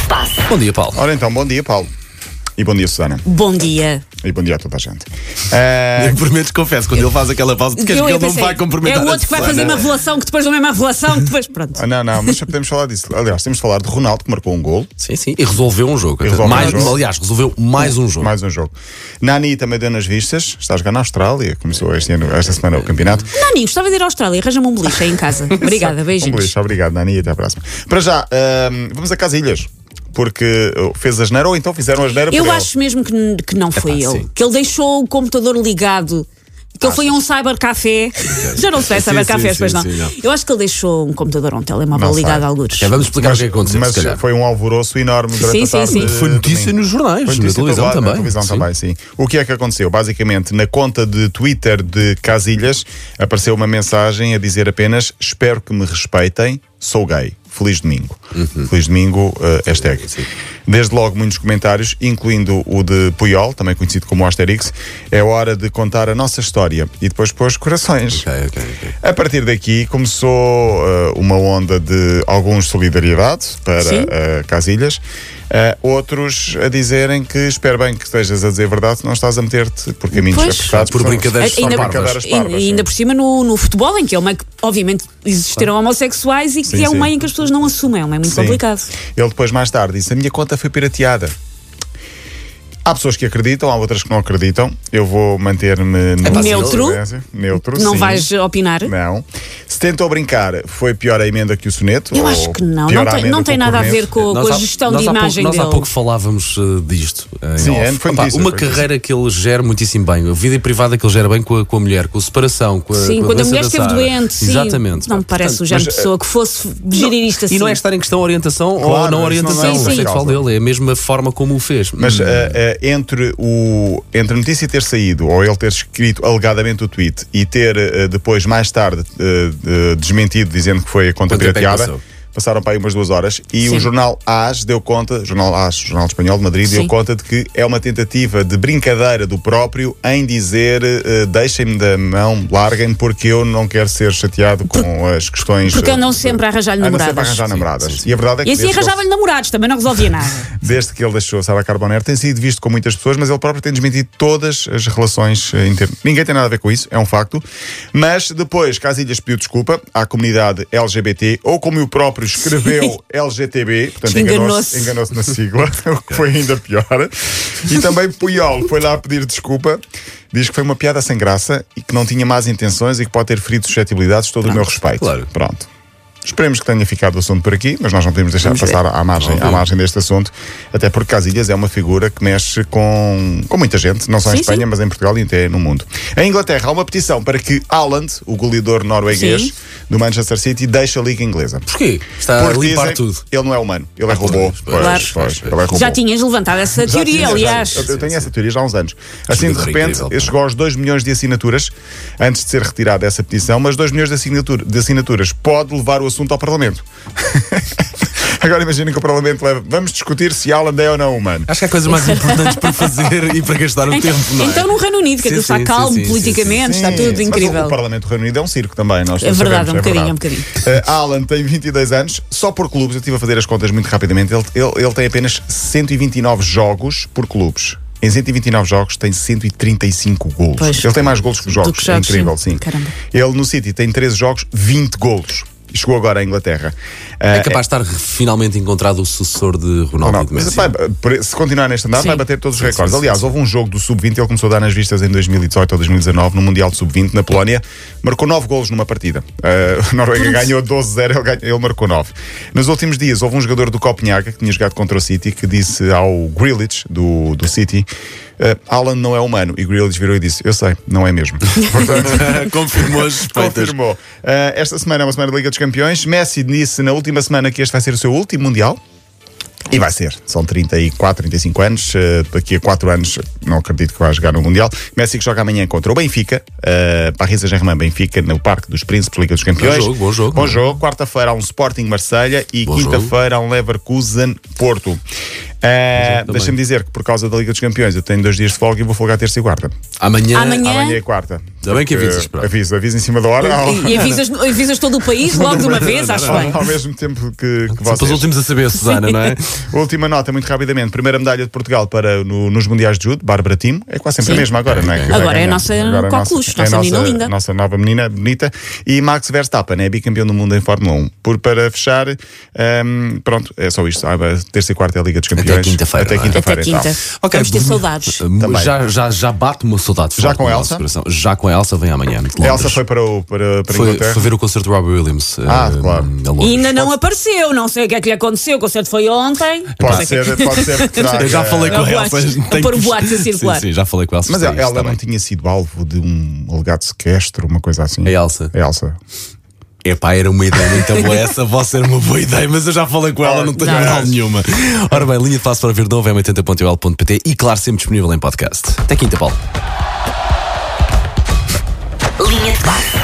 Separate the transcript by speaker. Speaker 1: se passa.
Speaker 2: Bom dia, Paulo.
Speaker 3: Ora então, bom dia, Paulo. E bom dia, Susana.
Speaker 1: Bom dia.
Speaker 3: E bom dia a toda a gente. Eh,
Speaker 2: Eu prometo, confesso, quando ele faz aquela pausa, porque acho que
Speaker 1: Eu- eu
Speaker 2: ele não
Speaker 1: pensei,
Speaker 2: vai
Speaker 1: É
Speaker 2: cumprimentar.
Speaker 1: o
Speaker 2: a
Speaker 1: outro que vai
Speaker 2: Susana.
Speaker 1: fazer uma revelação, que depois não é uma revelação, que depois. Pronto.
Speaker 3: ah, não, não, mas já podemos falar disso. Aliás, temos de falar de Ronaldo, que marcou um gol,
Speaker 2: Sim, sim. E resolveu um jogo.
Speaker 3: resolveu
Speaker 2: mais,
Speaker 3: um jogo.
Speaker 2: Aliás, resolveu mais um jogo.
Speaker 3: mais um jogo. Nani também deu nas vistas, está a jogar na Austrália, começou este ano, esta semana o campeonato.
Speaker 1: Nani, gostava de ir à Austrália, arranja-me um beliche aí em casa. Obrigada,
Speaker 3: Um
Speaker 1: beijinhos.
Speaker 3: beijo, obrigado, Nani, e até à próxima. Para já, ehm, vamos a Casa Ilhas, porque oh, fez a geneira, ou então fizeram a geneira
Speaker 1: Eu
Speaker 3: por ele.
Speaker 1: acho mesmo que, n- que não foi
Speaker 2: É Epá,
Speaker 1: ele.
Speaker 2: sim. Ah,
Speaker 1: Que ele deixou o computador ligado. Que ele foi a um cybercafé. Já não sei,
Speaker 2: Sim, sim,
Speaker 1: cybercafés, pois
Speaker 2: sim,
Speaker 1: não.
Speaker 2: sim, não.
Speaker 1: Eu acho que ele deixou um computador ou um telemóvel
Speaker 3: Não sei.
Speaker 1: ligado a algures.
Speaker 2: É, vamos explicar o que é que aconteceu,
Speaker 3: Mas
Speaker 2: se calhar.
Speaker 3: foi um alvoroço enorme durante
Speaker 1: Sim,
Speaker 3: a
Speaker 1: sim,
Speaker 3: tarde.
Speaker 1: sim.
Speaker 3: de
Speaker 2: Foi notícia
Speaker 3: domingo.
Speaker 2: nos jornais,
Speaker 3: Foi
Speaker 2: na
Speaker 3: notícia
Speaker 2: televisão
Speaker 3: toda,
Speaker 2: também.
Speaker 3: Na televisão
Speaker 2: Sim.
Speaker 3: também, sim. O que é que aconteceu? Basicamente, na conta de Twitter de Casilhas apareceu uma mensagem a dizer apenas: Espero que me respeitem, sou gay. Feliz domingo.
Speaker 2: Uhum.
Speaker 3: Feliz domingo, eh, hashtag. Desde logo, muitos comentários, incluindo o de Puyol, também conhecido como Asterix. É hora de contar a nossa história. E depois pôs corações.
Speaker 2: Ok, ok, ok.
Speaker 3: A partir daqui começou eh, uma onda de alguns solidariedade para
Speaker 1: Sim.
Speaker 3: eh, Casilhas, eh, outros a dizerem que espero bem que estejas a dizer a verdade, não estás a meter-te por caminhos
Speaker 1: Pois.
Speaker 3: apertados.
Speaker 2: Por
Speaker 3: são-
Speaker 2: brincadeiras
Speaker 3: são
Speaker 2: só
Speaker 1: ainda,
Speaker 3: brincadeiras
Speaker 1: ainda-
Speaker 3: parvas,
Speaker 1: ainda
Speaker 3: sim.
Speaker 1: por cima no, no futebol, em que é uma que, obviamente, existiram homossexuais e que
Speaker 3: Sim,
Speaker 1: é um
Speaker 3: sim.
Speaker 1: meio em que as pessoas não assumem, é um meio muito
Speaker 3: Sim.
Speaker 1: complicado.
Speaker 3: Ele depois, mais tarde, disse: A minha conta foi pirateada. Há pessoas que acreditam, há outras que não acreditam. Eu vou manter-me no-
Speaker 1: Neutro.
Speaker 3: Neutro,
Speaker 1: Não
Speaker 3: sim.
Speaker 1: vais opinar?
Speaker 3: Não. Se tentou brincar, foi pior a emenda que o soneto?
Speaker 1: Eu
Speaker 3: ou
Speaker 1: acho que não.
Speaker 3: pior
Speaker 1: Não
Speaker 3: à
Speaker 1: tem,
Speaker 3: emenda
Speaker 1: não
Speaker 3: que
Speaker 1: tem
Speaker 3: o
Speaker 1: nada a ver
Speaker 3: corneto?
Speaker 1: com, com a gestão
Speaker 2: nós
Speaker 1: de
Speaker 2: há pouco-
Speaker 1: imagem
Speaker 2: Nós há
Speaker 1: dele.
Speaker 2: pouco falávamos eh, disto. em
Speaker 3: Sim,
Speaker 2: off.
Speaker 3: é, foi
Speaker 2: Epá,
Speaker 3: notícia,
Speaker 2: uma
Speaker 3: foi
Speaker 2: carreira que ele gera muitíssimo bem. A vida privada que ele gera bem com a, com a mulher, com a separação, com a
Speaker 1: Sim,
Speaker 2: com
Speaker 1: quando a
Speaker 2: doença
Speaker 1: mulher
Speaker 2: da
Speaker 1: esteve
Speaker 2: Sara.
Speaker 1: doente, sim.
Speaker 2: eh, Exatamente.
Speaker 1: Não me
Speaker 2: Pá,
Speaker 1: parece o
Speaker 2: portanto,
Speaker 1: género de
Speaker 3: mas,
Speaker 1: pessoa que fosse gerir isto assim.
Speaker 2: E não é estar em questão a orientação ou
Speaker 3: Claro,
Speaker 2: não a
Speaker 3: isso não
Speaker 2: orientação
Speaker 3: é uma
Speaker 2: sexual
Speaker 3: causa.
Speaker 2: dele, é a mesma forma como o fez.
Speaker 3: Mas
Speaker 2: Hum.
Speaker 3: eh, eh, entre, o, entre a notícia ter saído, ou ele ter escrito alegadamente o tweet, e ter eh, depois, mais tarde, eh, eh, desmentido, dizendo que foi a conta
Speaker 2: Quanto tempo é que
Speaker 3: pirateada,
Speaker 2: passou?
Speaker 3: passaram para aí umas duas horas, e
Speaker 1: Sim.
Speaker 3: o jornal AS deu conta, jornal AS, jornal espanhol de Madrid,
Speaker 1: Sim.
Speaker 3: deu conta de que é uma tentativa de brincadeira do próprio em dizer eh, deixem-me da mão, larguem-me, porque eu não quero ser chateado com as questões.
Speaker 1: Porque
Speaker 3: eh,
Speaker 1: andam
Speaker 3: de-
Speaker 2: Ah,
Speaker 1: sempre a arranjar-lhe
Speaker 3: andam sempre a
Speaker 1: namoradas.
Speaker 3: arranjar
Speaker 2: Sim,
Speaker 3: namoradas.
Speaker 2: sim, sim.
Speaker 3: E a verdade é que
Speaker 1: E assim
Speaker 3: desde que ele-
Speaker 1: arranjava-lhe namorados, também não resolvia nada.
Speaker 3: desde que ele deixou Sara Carbonero, tem sido visto com muitas pessoas, mas ele próprio tem desmentido todas as relações eh, internas. Ninguém tem nada a ver com isso, é um facto. Mas depois, Casilhas pediu desculpa à comunidade LGBT, ou como o próprio escreveu, LGTB, portanto
Speaker 1: Enganou-se.
Speaker 3: enganou-se enganou na sigla, o que foi ainda pior. E também Puyol foi lá pedir desculpa. Diz que foi uma piada sem graça e que não tinha más intenções e que pode ter ferido suscetibilidades, todo o meu respeito.
Speaker 2: claro.
Speaker 3: Pronto. Esperemos que tenha ficado o assunto por aqui, mas nós não podemos deixar
Speaker 1: Vamos
Speaker 3: passar à margem, à
Speaker 2: Óbvio.
Speaker 3: margem deste assunto, até porque Casilhas é uma figura que mexe com, com muita gente, não só
Speaker 1: Sim,
Speaker 3: em Espanha,
Speaker 1: sim.
Speaker 3: mas em Portugal e até no mundo. Em Inglaterra há uma petição para que Haaland, o goleador norueguês
Speaker 1: Sim.
Speaker 3: do Manchester City, deixe a Liga Inglesa.
Speaker 2: Porquê? Está a
Speaker 3: Porque
Speaker 2: limpar
Speaker 3: dizem,
Speaker 2: tudo. Ah,
Speaker 3: Ele não é humano, ele é
Speaker 2: pois,
Speaker 3: robô.
Speaker 2: pois,
Speaker 3: Pois,
Speaker 2: pois,
Speaker 3: pois, ele é robô.
Speaker 1: Já tinhas levantado essa
Speaker 3: Já
Speaker 1: teoria,
Speaker 3: tinha, já
Speaker 1: aliás.
Speaker 3: tinha. Eu, eu tenho
Speaker 2: Sim,
Speaker 3: essa teoria já há uns anos. Assim, de
Speaker 2: jogador é
Speaker 3: repente,
Speaker 2: incrível, pá.
Speaker 3: chegou aos 2 milhões de assinaturas, antes de ser retirada essa petição, mas 2 milhões de, assinatura- de assinaturas pode levar o assunto ao Parlamento. Agora imaginem que o Parlamento leva. Vamos discutir se Haaland é ou não humano.
Speaker 2: Acho que há coisas mais importantes para fazer e para gastar o tempo, não é?
Speaker 1: Então no Reino Unido, que
Speaker 2: Sim,
Speaker 1: aquilo está
Speaker 2: sim,
Speaker 1: calmo
Speaker 2: sim, sim,
Speaker 1: politicamente,
Speaker 3: Sim,
Speaker 1: está tudo
Speaker 3: mas O,
Speaker 1: incrível.
Speaker 3: o Parlamento do Reino Unido é um circo também. Nós
Speaker 1: É
Speaker 3: não
Speaker 1: verdade,
Speaker 3: sabemos,
Speaker 1: um bocadinho,
Speaker 3: verdade.
Speaker 1: um bocadinho.
Speaker 3: Eh, Alan tem 22 anos, só por clubes, eu estive a fazer as contas muito rapidamente. Ele, ele- ele tem apenas 129 jogos por clubes. Em 129 jogos tem 135 golos.
Speaker 1: Pois.
Speaker 3: Ele tem mais golos que jogos.
Speaker 1: Do que jogos,
Speaker 3: é incrível,
Speaker 1: sim.
Speaker 3: sim.
Speaker 1: Caramba.
Speaker 3: Ele no City tem 13 jogos, 20 golos. E Chegou agora à Inglaterra.
Speaker 2: É capaz de estar finalmente encontrado o sucessor de Ronaldo
Speaker 3: Ronaldo. Mas,
Speaker 2: Messi.
Speaker 3: vai, por- se continuar neste andar,
Speaker 1: Sim.
Speaker 3: vai bater todos os
Speaker 2: Sim,
Speaker 3: recordes.
Speaker 2: sim,
Speaker 3: Aliás, houve um jogo do Sub-20, ele começou a dar nas vistas em 2018 ou 2019, no Mundial de Sub-20, na Polónia. Marcou 9 golos numa partida. Uh, a Noruega ganhou 12-0, ele, ganha- ele marcou 9. Nos últimos dias, houve um jogador do Copenhaga, que tinha jogado contra o City, que disse ao Grealish, do, do City, uh, Alan não é humano. E Grealish virou e disse, eu sei, não é mesmo.
Speaker 2: Confirmou as suspeitas.
Speaker 3: Confirmou. Uh, esta semana é uma semana da Liga dos Campeões. Messi disse na última semana que este vai ser o seu último Mundial. E vai ser. São 34, 35 anos. eh, daqui a 4 anos, não acredito que vai jogar no Mundial. Messi que joga amanhã contra o Benfica. eh, Paris Saint-Germain, Benfica, no Parque dos Príncipes, Liga dos Campeões.
Speaker 2: jogo, bom jogo,
Speaker 3: Bom
Speaker 2: não é?
Speaker 3: jogo. Quarta-feira há um Sporting Marselha e
Speaker 2: Bom
Speaker 3: quinta-feira há um Leverkusen Porto. Eh,
Speaker 2: jogo
Speaker 3: Deixa-me
Speaker 2: também.
Speaker 3: dizer que por causa da Liga dos Campeões eu tenho dois dias de folga e vou folgar terça e quarta.
Speaker 2: Amanhã.
Speaker 1: Amanhã-
Speaker 3: Amanhã é quarta.
Speaker 2: Ainda bem que avisas, pronto.
Speaker 3: Aviso, aviso em cima da hora. ao-
Speaker 1: um E, e avisas, avisas todo o país logo de uma vez, acho
Speaker 3: ao-
Speaker 1: bem.
Speaker 3: Ao mesmo tempo que, que
Speaker 2: São para os
Speaker 3: vocês.
Speaker 2: últimos a saber, Susana, não é?
Speaker 3: Última nota, muito rapidamente. Primeira medalha de Portugal para no- nos Mundiais de Judo, Bárbara Timo. É quase sempre a
Speaker 1: Sim.
Speaker 3: mesma agora, não é? Que
Speaker 2: Agora
Speaker 3: vai
Speaker 1: é a
Speaker 3: ganhar.
Speaker 1: nossa
Speaker 3: Agora é
Speaker 1: Coclus, nossa menina linda.
Speaker 3: Nossa nova menina bonita. E Max Verstappen é bicampeão do mundo em Fórmula 1. Por, para fechar, hum, pronto, é só isto. Ah, terça e quarta é a Liga dos Campeões.
Speaker 2: quinta-feira,
Speaker 3: Até
Speaker 2: não é?
Speaker 3: quinta-feira.
Speaker 1: Até quinta.
Speaker 3: então.
Speaker 2: Ok,
Speaker 1: Vamos ter
Speaker 2: bom.
Speaker 1: saudades.
Speaker 3: Também.
Speaker 2: Já, já, já bate uma saudade forte
Speaker 3: Já com
Speaker 2: no
Speaker 3: Elsa?
Speaker 2: nosso coração. Já com a Elsa, vem amanhã. de Londres.
Speaker 3: Elsa foi para, o, para, para
Speaker 2: foi,
Speaker 3: Inglaterra.
Speaker 2: foi ver o concerto do Robbie Williams.
Speaker 3: Ah,
Speaker 2: eh,
Speaker 3: claro.
Speaker 2: em Londres.
Speaker 1: E ainda não apareceu, não sei o que é que lhe aconteceu. O concerto foi ontem. Não
Speaker 3: Pode
Speaker 1: sei o que é que-
Speaker 3: ser, pode ser que traga-
Speaker 2: Eu já falei com
Speaker 1: Há
Speaker 2: a Elsa.
Speaker 1: boatos.
Speaker 2: tenho
Speaker 1: A É um pôr
Speaker 2: que-
Speaker 1: boatos a
Speaker 2: Sim,
Speaker 1: circular.
Speaker 2: Sim, já falei com a Elsa.
Speaker 3: Mas é,
Speaker 2: sobre é
Speaker 3: ela,
Speaker 2: isto tá
Speaker 3: ela
Speaker 2: também.
Speaker 3: não tinha sido alvo de um alegado sequestro, uma coisa assim.
Speaker 2: A É Elsa?
Speaker 3: A Elsa.
Speaker 2: Epá, era uma ideia muito boa essa, pode ser uma boa ideia, mas eu já falei com ela, não tenho
Speaker 1: Não.
Speaker 2: moral nenhuma. Ora bem, linha de passo para ver de novo é 80.ol.pt e claro, sempre disponível em podcast. Até quinta, Paulo.
Speaker 4: Linha de passe.